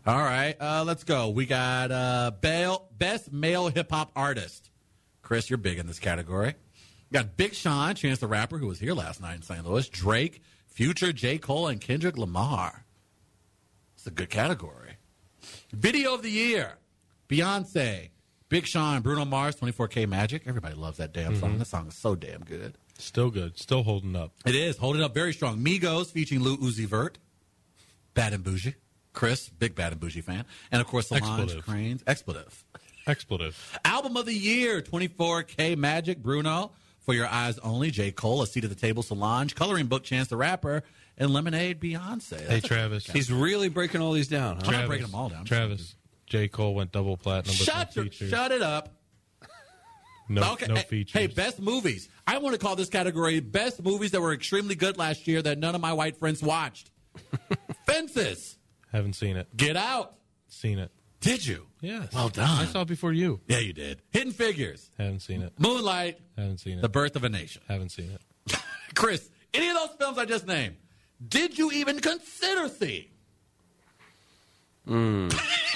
All right, uh, let's go. We got uh, Bale, Best Male Hip Hop Artist. Chris, you're big in this category. You got Big Sean, Chance the Rapper, who was here last night in St. Louis, Drake, Future, J. Cole, and Kendrick Lamar. It's a good category. Video of the Year Beyonce, Big Sean, Bruno Mars, 24K Magic. Everybody loves that damn song. That song is so damn good. Still good. Still holding up. It is holding up very strong. Migos featuring Lou Uzi Vert, Bad and Bougie, Chris, big Bad and Bougie fan, and of course Solange Expletive. Cranes, expletive. Expletive. Album of the year, 24K Magic, Bruno, For Your Eyes Only, J. Cole, A Seat at the Table, Solange, Coloring Book, Chance the Rapper, and Lemonade, Beyonce. Hey That's a- Travis. He's really breaking all these down. Huh? I'm Travis. not breaking them all down. Travis. J. Cole went double platinum with Shut, no your- features. shut it up. no, Okay, no hey- features. Hey, best movies. I want to call this category best movies that were extremely good last year that none of my white friends watched. Fences, Haven't seen it. Get Out. Seen it. Did you? Yes. Well done. I saw it before you. Yeah, you did. Hidden Figures, Haven't seen it. Moonlight, Haven't seen it. The Birth of a Nation. Haven't seen it. Chris, any of those films I just named, did you even consider seeing?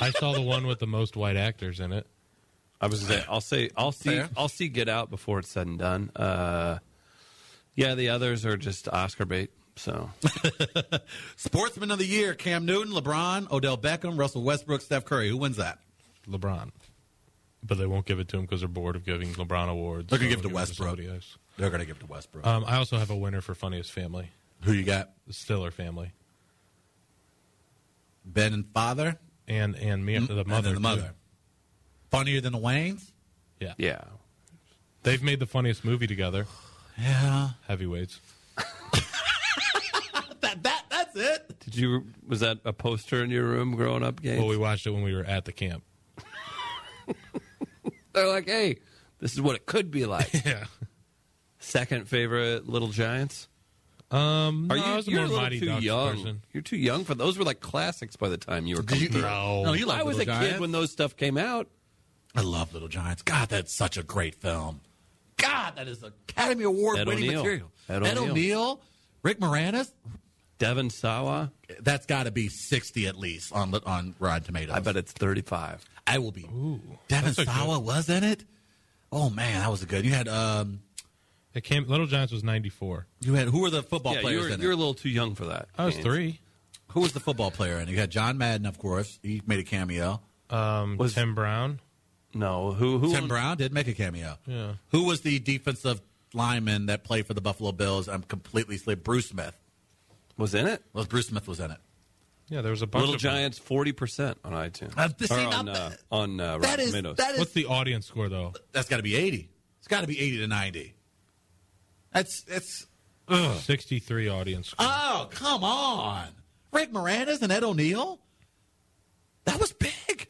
I saw the one with the most white actors in it. I was gonna say I'll say I'll see Fair. I'll see Get Out before it's said and done. Uh, yeah, the others are just Oscar bait. So Sportsman of the Year, Cam Newton, LeBron, Odell Beckham, Russell Westbrook, Steph Curry. Who wins that? LeBron, but they won't give it to him because they're bored of giving LeBron awards. They're gonna so give it to they'll Westbrook. somebody else. They're going to give it to Westbrook. Um, I also have a winner for funniest family, Who you got? the Stiller family, Ben and father. Hmm? and and me, the Mm-hmm. And then mother, the mother. too. Funnier than the Waynes? Yeah. Yeah. they've made the funniest movie together, Yeah. Heavyweights. That, that that's it. Did you was that a poster in your room growing up, Gaines? Well, we watched it when we were at the camp. They're like, hey, this is what it could be like. Yeah. Second favorite, Little Giants. Um, Are no, you? I was a you're more a little Mighty too Ducks young. person. You're too young for those. Were like classics by the time you were. Coming through. No. No, you love I was Little a Giants. kid when those stuff came out. I love Little Giants. God, that's such a great film. God, that is Academy Award Ed winning O'Neill. material. Ed O'Neill. O'Neill, Rick Moranis. Devin Sawa. That's got to be sixty at least on Lit- on Rotten Tomatoes. I bet it's 35. I will be. Devin that's a Sawa was in it. Oh man, that was a good. You had um, It came. Little Giants was ninety four. you had who were the football yeah, players you're, in you're a it? little too young for that. I was Gaines. three. Who was the football player in it? You had John Madden, of course. He made a cameo. Um, Was- Tim Brown. No, who? Who? Tim Brown did make a cameo. Yeah. Who was the defensive lineman that played for the Buffalo Bills? I'm completely sleep. Bruce Smith. was in it? Well, Bruce Smith was in it. Yeah, there was a bunch Little of them. Giants, forty percent on iTunes. Uh, see, Or now on uh, that- on uh, That Rotten is Tomatoes. that is What's the audience score though? that's got to be eighty. It's got to be eighty to ninety. That's that's Sixty three audience score. oh come on, Rick Moranis and Ed O'Neill. That was big.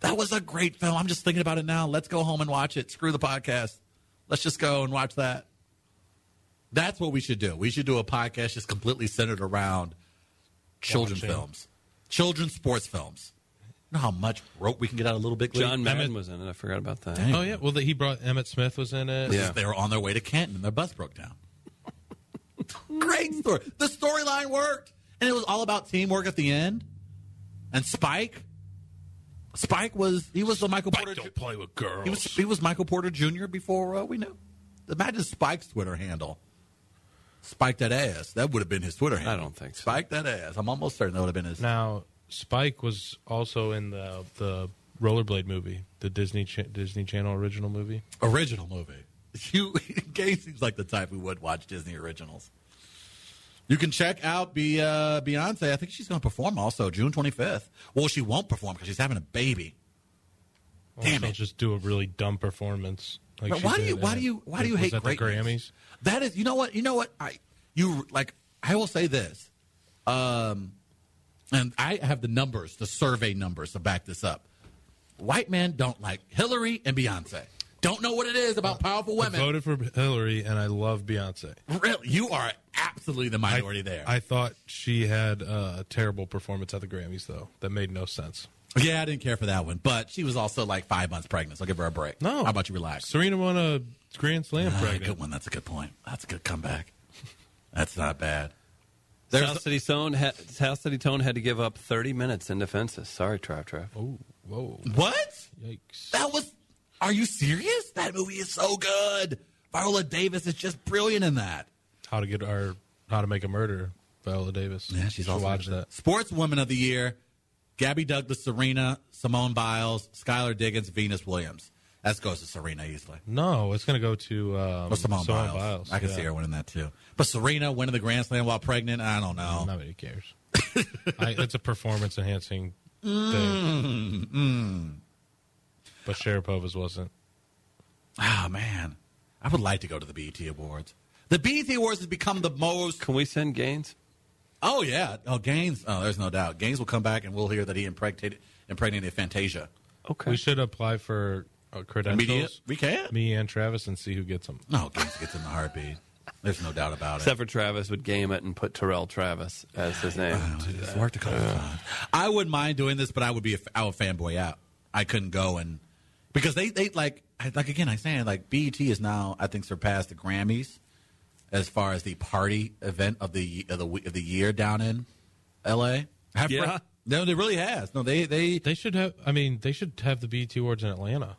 That was a great film. I'm just thinking about it now. Let's go home and watch it. Screw the podcast. Let's just go and watch that. That's what we should do. We should do a podcast just completely centered around children's Watching. films, children's sports films. You know how much rope we can get out of Little Big League? John Madden Emmett- was in it. I forgot about that. Dang. oh yeah. Well, that he brought Emmett Smith was in it. Yeah. They were on their way to Canton and their bus broke down. Great story. The storyline worked. And it was all about teamwork at the end. And Spike. Spike was he was the Michael Spike Porter. don't play with girls. He was he was Michael Porter Jr. before uh, we knew. Imagine Spike's Twitter handle. Spike that ass. That would have been his Twitter handle. don't think so. Spike that ass. I'm almost certain that would have been his. now Spike was also in the the rollerblade movie, the Disney Cha- Disney Channel original movie. original movie. You, Gay seems like the type who would watch Disney originals. You can check out Be, uh, Beyonce. I think she's going to perform also June 25th. Well, she won't perform because she's having a baby. Damn Also it. Just do a really dumb performance. Like But she why do did you why at- do you why do you was hate at uh, the greatness? Grammys? That is, you know what, you know what, I you like. I will say this, um, and I have the numbers, the survey numbers to back this up. White men don't like Hillary and Beyonce. Don't know what it is about powerful I women. voted for Hillary, and I love Beyonce. Really, you are absolutely the I, minority there. I thought she had uh, a terrible performance at the Grammys, though. That made no sense. yeah, I didn't care for that one, but she was also like five months pregnant. So give her a break. No. how about you relax? Serena won a Grand Slam. Ah, pregnant. good one. That's a good point. That's a good comeback. That's not bad. South City Tone had, South City Tone had to give up 30 minutes in defenses. Sorry, Trav Trav. Oh, whoa! What? Yikes! That was. Are you serious? That movie is so good. Viola Davis is just brilliant in that. How to get our How to Make a Murder? Viola Davis. Yeah, she's Should also watch that. Sportswoman of the Year, Gabby Douglas, Serena, Simone Biles, Skylar Diggins, Venus Williams. That goes to Serena easily. No, it's gonna go to um, Or Simone, Simone Biles. Biles, I can yeah. see her winning that too. But Serena winning the Grand Slam while pregnant, I don't know. Nobody cares. I, it's a performance enhancing Mm, thing. But Sharapova's wasn't. Ah man, I would like to go to the BET Awards. The BET Awards has become the most. Can we send Gaines? Oh yeah, oh Gaines. Oh, there's no doubt. Gaines will come back and we'll hear that he impregnated impregnated Fantasia. Okay. We should apply for uh, credentials. Immediate. We can't. Me and Travis and see who gets them. No, Gaines gets in the heartbeat. There's no doubt about it. Except for Travis would game it and put Terrell Travis as his name. It's worked a couple times. I wouldn't mind doing this, but I would be a, I would fanboy out. I couldn't go and because they they like I- like again I'm saying like BET is now I think surpassed the Grammys as far as the party event of the of the we- of the year down in L.A. Have- Yeah. no, it really has. No, they they They should have. I mean, they should have the BET Awards in Atlanta,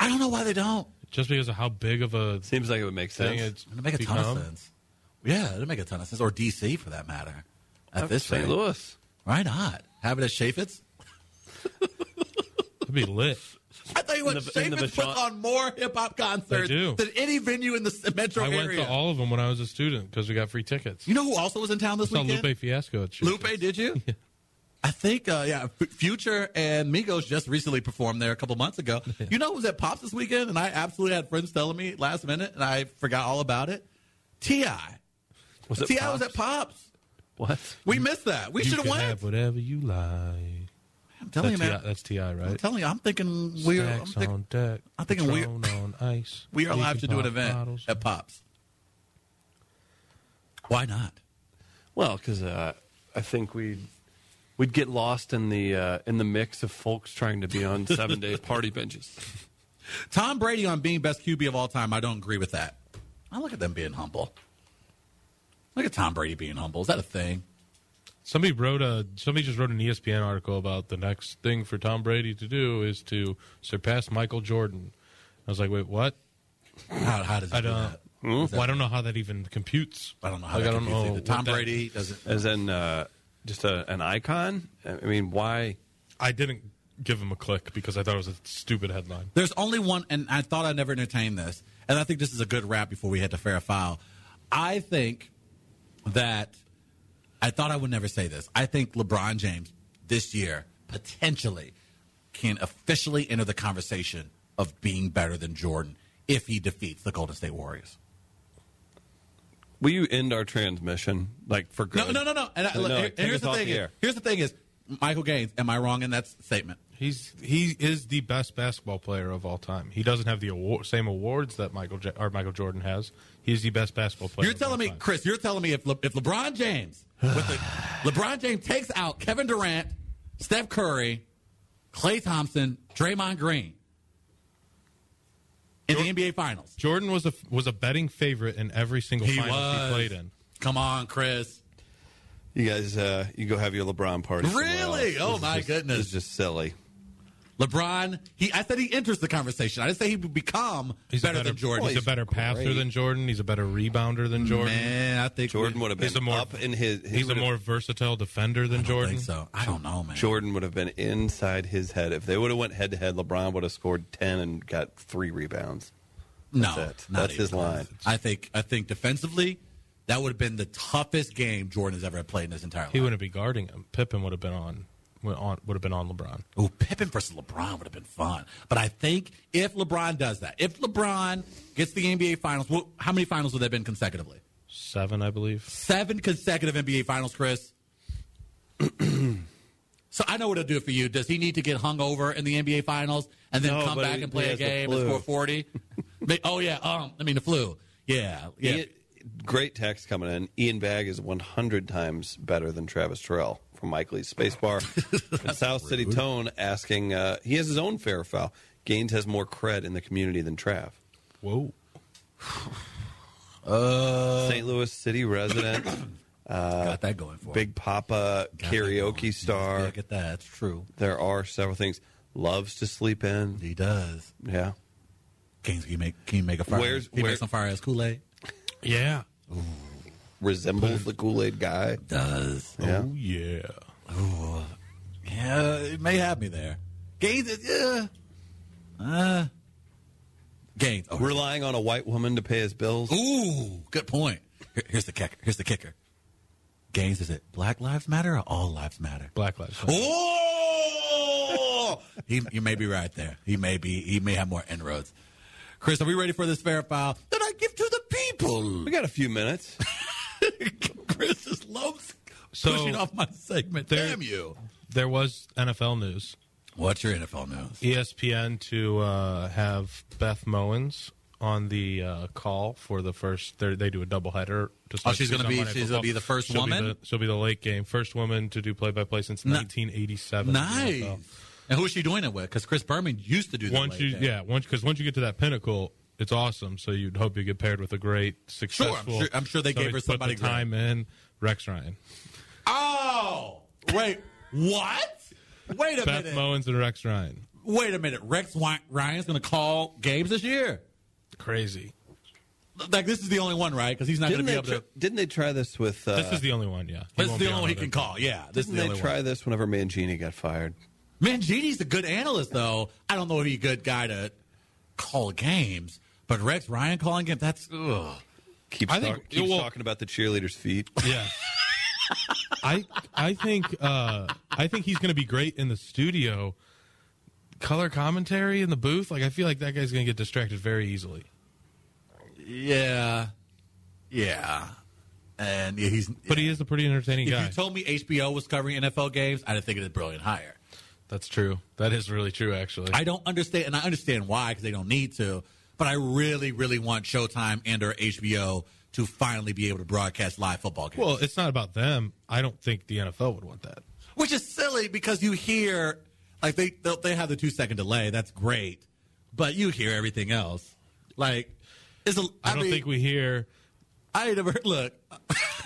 I don't know why they don't. just because of how big of a Seems like it would make thing sense. it's It'd make a become. ton of sense. Yeah, it'd make a ton of sense. Or D.C. for that matter. At this St. rate, Louis. why not have it at Chaffetz? That'd be lit. I tell you what, In the- in the Seamus put Vashon- on more hip hop concerts They do. than any venue in the s- metro I went area. to all of them when I was a student because we got free tickets. you know who also was in town this saw weekend? Lupe Fiasco at Shea. Lupe, did you? I think, uh, yeah, F- Future and Migos just recently performed there a couple months ago. You know who was at Pops this weekend? And I absolutely had friends telling me last minute, and I forgot all about it. T.I. Was it T.I. was Pops? at Pops. What? We missed that. We You should have can went. have whatever you like. I'm telling you, That's, man. T.I., that's Ti, I'm right? telling you, I'm thinking we're, I'm Stacks think- on deck. I'm thinking we- Patron on ice. we are We live to can do an pop event bottles. at Pops. Why not? Well, because uh, I think we'd we'd get lost in the uh, in the mix of folks trying to be on seven day party benches. Tom Brady on being best QB of all time, I don't agree with that. I look at them being humble. Look at Tom Brady being humble. Is that a thing? Somebody wrote a somebody just wrote an E ESPN article about the next thing for Tom Brady to do is to surpass Michael Jordan. I was like, wait, what? How, how does it I do don't. that? uh, Well, I don't know how that even computes. I don't know how Like, that I don't could be a thing. know Tom what that- Brady doesn't. As in, uh, just a, an icon. I mean, why? I didn't give him a click because I thought it was a stupid headline. There's only one, and I thought I'd never entertain this, and I think this is a good wrap before we head to fair foul. I think that I thought I would never say this. I think LeBron James this year potentially can officially enter the conversation of being better than Jordan if he defeats the Golden State Warriors. Will you end our transmission like for good? No, no, no, no. And I, No, look, no, here- take here's us the off thing. the is, air. here's the thing is Michael Gaines. Am I wrong in that statement? He's he is the best basketball player of all time. He doesn't have the award, same awards that Michael J- or Michael Jordan has. He's the best basketball player. You're of all telling me, time. Chris. You're telling me if Le- if LeBron James, with the, LeBron James takes out Kevin Durant, Steph Curry, Clay Thompson, Draymond Green in the NBA Finals. Jordan was a was a betting favorite in every single He final was. he played in. Come on, Chris. You guys, uh, you go have your LeBron party. somewhere Really? else. Oh This is my just- goodness. This is just silly. LeBron. He. I said he enters the conversation. I didn't say he would become He's better, a better than Jordan. He's a better passer great. than Jordan. He's a better rebounder than Jordan. Man, I think Jordan we- would have He's been a more- up in his. he He's a would've- more versatile defender than I don't Jordan. think so. I don't know, man. Jordan would have been inside his head if they would have went head to head. LeBron would have scored ten and got three rebounds. No, That's it. not That's even his line. close. I think. I think defensively, that would have been the toughest game Jordan has ever played in his entire He life. wouldn't be guarding him. Pippen would have been on would on- would have been on LeBron. Ooh, Pippen versus LeBron would have been fun. But I think if LeBron does that, if LeBron gets the NBA Finals, wh- how many Finals would that have been consecutively? Seven, I believe. Seven consecutive NBA Finals, Chris. so I know what it'll do for you. Does he need to get hung over in the NBA Finals and then No, come but back he- and play he a has the game and flu. score forty? oh yeah. Um, I mean the flu. Yeah. Yeah. Ian- great text coming in. Ian Bag is 100 times better than Travis Terrell from Mike Lee's Spacebar. and South City Tone asking, uh, he has his own fair foul. Gaines has more cred in the community than Trav. Whoa. Uh, St. Louis City resident, Got that going for him. Big Papa karaoke Yeah, star. get that. That's true. There are several things. Loves to sleep in. He does. Yeah. Kings, can you make can you make a fire? Where's- he where- makes some fire as Kool Aid? Yeah. Resembles the Kool Aid guy. Does. Yeah. Oh yeah. Yeah, it may have me there. Gaines, is- yeah. Uh, Gaines. Oh, Relying on a white woman to pay his bills. ooh, good point. Here- here's the kicker. Here's the kicker. Gaines, is it Black Lives Matter or All Lives Matter? Black Lives. Matter. Oh, he, you may be right there. He may be. He may have more inroads. Chris, are we ready for this fair file that I give to the people? We got a few minutes. Chris just loves So- pushing off my segment. There- Damn you. There was NFL news. E What's your NFL news? ESPN to uh, have Beth Mowens on the uh, call for the first. they're- They do a doubleheader. To start Oh, she's gonna season on be- Monday Night she's gonna Football. be the first she'll woman? Be the, she'll be the late game first woman to do play by play since 1987. Nice. So, And who is she doing it with? Because Chris Berman used to do that. once late you game. yeah once because once you get to that pinnacle. It's awesome. So you'd hope you get paired with a great, successful. sure- I'm sure they so gave her put the somebody great. time in Rex Ryan, Oh, wait. what? Wait a Beth minute. Mowens, and Rex Ryan. wait a minute. Rex Wy- Ryan's going to call games this year. Crazy. Like this is the only one, right? Because he's not going Didn't to be they, able try, to. didn't they try this with. Uh, This is the only one. Yeah, He This is won't the be only on one he other can teams. call. Yeah, this is Didn't the they only try one. this whenever Mangini got fired? Mangini's a good analyst, though. I don't know if he's a good guy to call games, but Rex Ryan calling games, that's. Ugh. Keeps, I think- talk- keeps well- talking about the cheerleader's feet. Yeah. I I think uh, I think he's going to be great in the studio. Color commentary in the booth, like I feel like that guy's going to get distracted very easily. Yeah. Yeah. And yeah, he's. But he is a pretty entertaining if guy. you told me HBO was covering NFL games, I'd think it a brilliant hire. That's true. That is really true, actually. I don't understand, and I understand why because they don't need to. But I really, really want Showtime and or HBO to finally be able to broadcast live football games. well, it's not about them. I don't think the NFL would want that. which is silly because you hear like they they'll- they have the two second delay. That's great, but you hear everything else. Like, it's a, I, I, don't mean, think we hear I ain't never look.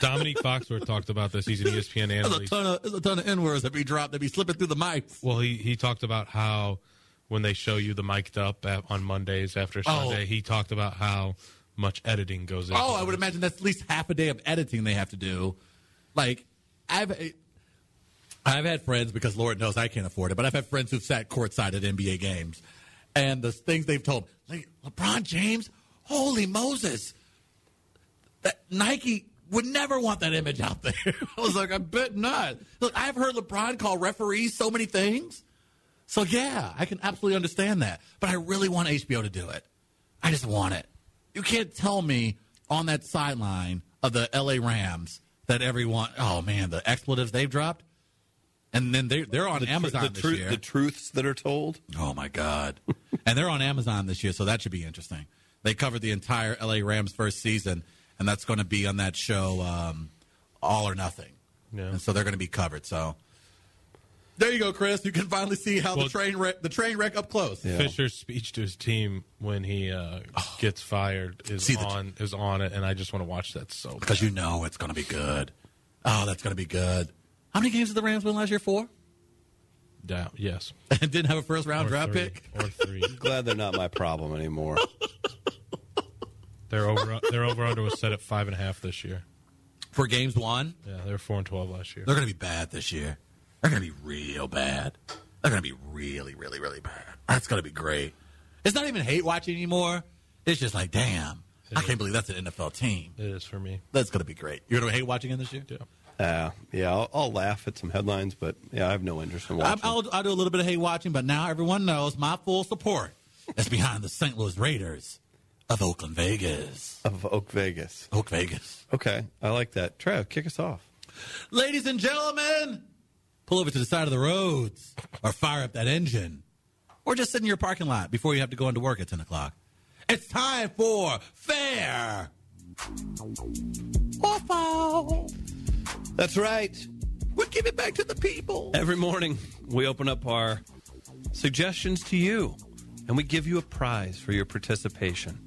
Dominique Foxworth talked about this. He's an E ESPN There's a analyst. ton of there's a ton of n words that be dropped that be slipping through the mics. Well, he he talked about how when they show you the mic'd up at, on Mondays after Oh. Sunday, he talked about how much editing goes into. Oh, I would this. imagine that's at least half a day of editing they have to do. Like, I've I've had friends because Lord knows I can't afford it, but I've had friends who've sat courtside at NBA games, and the things they've told like LeBron James, holy Moses, that Nike would never want that image out there. I was like, I bet not. Look, I've heard LeBron call referees so many things. So yeah, I can absolutely understand that. But I really want HBO to do it. I just want it. You can't tell me on that sideline of the LA Rams that everyone oh man, the expletives they've dropped. And then they they're on The tr- Amazon the, this tru- year. the truths that are told. Oh my God! and they're on Amazon this year, so that should be interesting. They covered the entire LA Rams first season, and that's going to be on that show, um, All or Nothing. Yeah. And so they're going to be covered. So there you go, Chris. You can finally see how Well- the train wreck, the train wreck up close. Fisher's speech to his team when he uh, gets fired is See the- on is on it, and I just want to watch that so. bad. Because you know it's going to be good. Oh, that's going to be good. How many games did the Rams win last year? Four. Down, yes, And didn't have a first round Or draft three. pick. or three. Glad they're not my problem anymore. They're over. Their over under was set at five and a half this year. For games won, Yeah, they were four and twelve last year. They're going to be bad this year. They're going to be real bad. They're going to be really, really, really bad. That's going to be great. It's not even hate watching anymore. It's just like, damn, I can't believe that's an NFL team. It is for me. That's going to be great. You're going to hate watching it this year? Yeah. Uh, yeah, I'll, I'll laugh at some headlines, but yeah, I have no interest in I, watching. I'll, I'll do a little bit of hate watching, but now everyone knows my full support is behind the St. Louis Raiders of Oakland, Vegas. of Oak Vegas. Oak Vegas. Okay, I like that. Trav, kick us off. Ladies and gentlemen, pull over to the side of the roads or fire up that engine or just sit in your parking lot before you have to go into work at 10 o'clock. It's time for fair. Or foul. That's right. We're giving back to the people. Every morning, we open up our suggestions to you, and we give you a prize for your participation.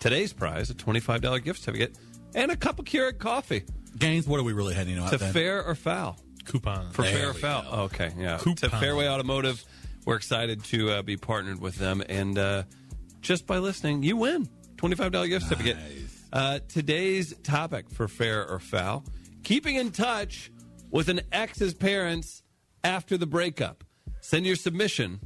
Today's prize, a $25 gift certificate, and a cup of Keurig coffee Gaines, what are we really heading out to then? fair or foul. Coupon. For There fair or we foul. Oh, go. Okay, yeah. To Coupon. Fairway Automotive, we're excited to uh, be partnered with them, and uh, just by listening, you win $25 gift certificate. Nice. Uh, today's topic for fair or foul keeping in touch with an ex's parents after the breakup. Send your submission,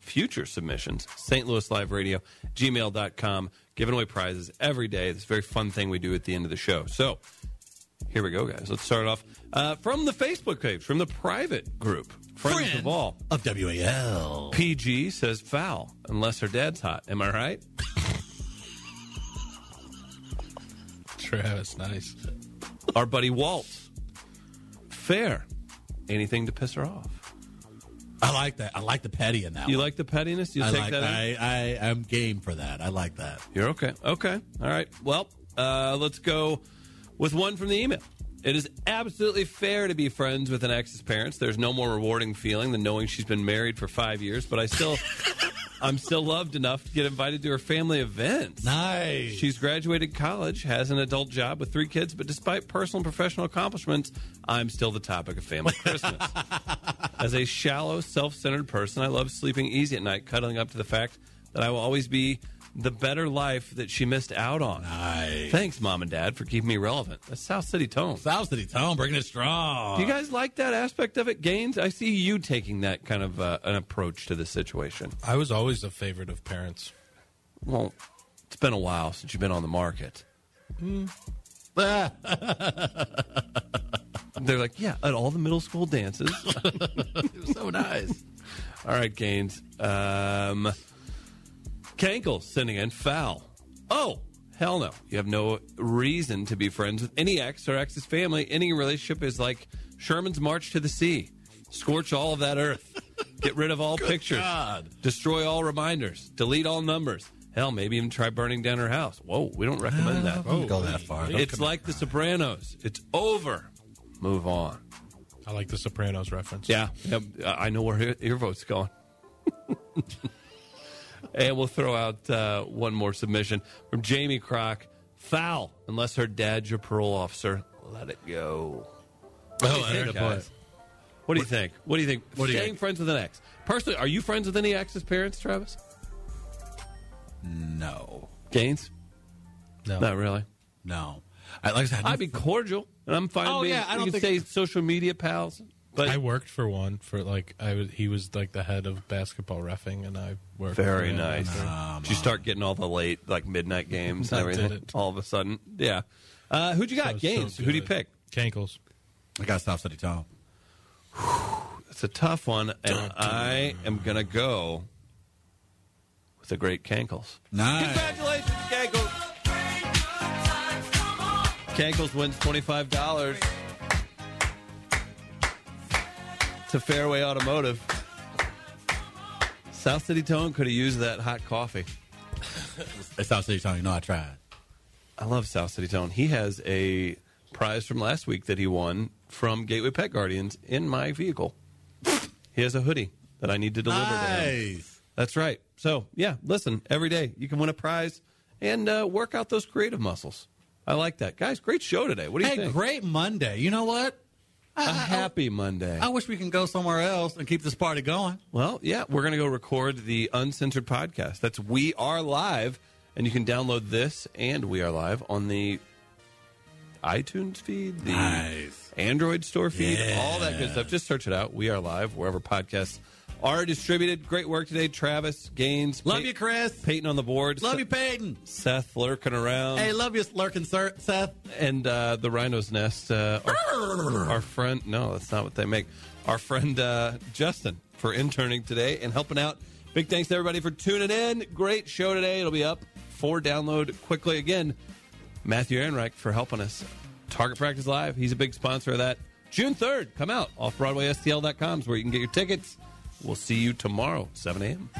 future submissions, St. Louis Live Radio, gmail.com. Giving away prizes every day. This very fun thing we do at the end of the show. So here we go, guys. Let's start off uh, from the Facebook page, from the private group, Friends, of All. Of WAL. PG says foul unless her dad's hot. Am I right? Travis, nice. Our buddy Walt. Fair. Anything to piss her off. I like that. I like the petty in that You one. like the pettiness? You I take like that. in? I, I am game for that. I like that. You're okay. Okay. All right. Well, uh, let's go with one from the email. It is absolutely fair to be friends with an ex's parents. There's no more rewarding feeling than knowing she's been married for five years, but I still, I'm still loved enough to get invited to her family events. Nice. She's graduated college, has an adult job with three kids, but despite personal and professional accomplishments, I'm still the topic of family Christmas. As a shallow, self centered person, I love sleeping easy at night, cuddling up to the fact that I will always be the better life that she missed out on. Nice. Thanks, mom and dad, for keeping me relevant. That's South City Tone. South City Tone, bringing it strong. Do you guys like that aspect of it, Gaines? I see you taking that kind of uh, an approach to this situation. I was always a favorite of parents. Well, it's been a while since you've been on the market. They're like, yeah, at all the middle school dances. so nice. all right, Gaines. Um, Kankle sending in foul. Oh, hell no. You have no reason to be friends with any ex or ex's family. Any relationship is like Sherman's March to the Sea. Scorch all of that earth. Get rid of all pictures. God. Destroy all reminders. Delete all numbers. Hell, maybe even try burning down her house. Whoa, we don't recommend that. Don't go that far. Don't It's commit like The Sopranos. It's over. Move on. I like the Sopranos reference. Yeah, yep, I know where your, your vote's going. and we'll throw out uh, one more submission from Jamie Crock. Foul, unless her dad's your parole officer. Let it go. Oh, Hey, I guys. What do you think? What do you think? do you Staying think? friends with an ex. Personally, are you friends with any ex's parents, Travis? No, Gaines? No. Not really. no. I like I said, I I'd be cordial, and I'm fine. Oh, being, yeah, I we don't can think- stay social media pals. But I worked for one for like I was, he was like the head of basketball refing, and I worked. Very for him nice. after. Did you start getting all the late, like midnight games and I did everything it. all of a sudden? Yeah. Uh, who'd you That got? was so Games. Who'd you good. pick? Cankles. I got South City Tone. It's a tough one, and I am going to go with the great Cankles. Nice. Congratulations, Cankles. Cankles wins $25 to Fairway Automotive. South City Tone could have used that hot coffee. It's South City Tone. You know I tried. I love South City Tone. He has a prize from last week that he won from Gateway Pet Guardians in my vehicle. he has a hoodie that I need to deliver to him. Nice. That's right. So, yeah, listen, every day you can win a prize and uh, work out those creative muscles. I like that. Guys, great show today. What do you Hey, uh, think? great Monday. You know what? a happy Monday. I wish we can go somewhere else and keep this party going. Well, yeah, we're going to go record the uncensored podcast. That's We Are Live. And you can download this and We Are Live on the iTunes feed, the Nice. Android store feed, Yeah. all that good stuff. Just search it out. We Are Live, wherever podcasts are distributed. Great work today, Travis, Gaines. Love Pey- you, Chris. Peyton on the board. Love Se- you, Peyton. Seth lurking around. Hey, love you, lurking sir, Seth. and uh, the Rhino's Nest. Uh, our, our friend, no, that's not what they make. Our friend uh, Justin for interning today and helping out. Big thanks to everybody for tuning in. Great show today. It'll be up for download quickly. Again, Matthew Ehrenreich for helping us. Target Practice Live, he's a big sponsor of that. June 3rd, come out. Off BroadwaySTL.com is where you can get your tickets. We'll see you tomorrow, 7 a.m.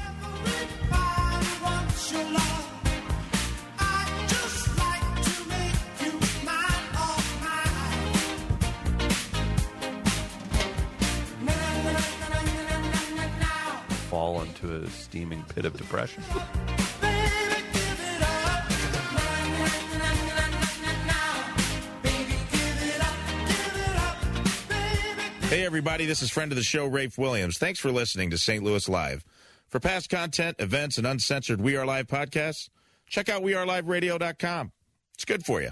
Fall into a steaming pit of depression. Hey, everybody, this is friend of the show, Rafe Williams. Thanks for listening to St. Louis Live. For past content, events, and uncensored We Are Live podcasts, check out weareliveradio.com. It's good for you.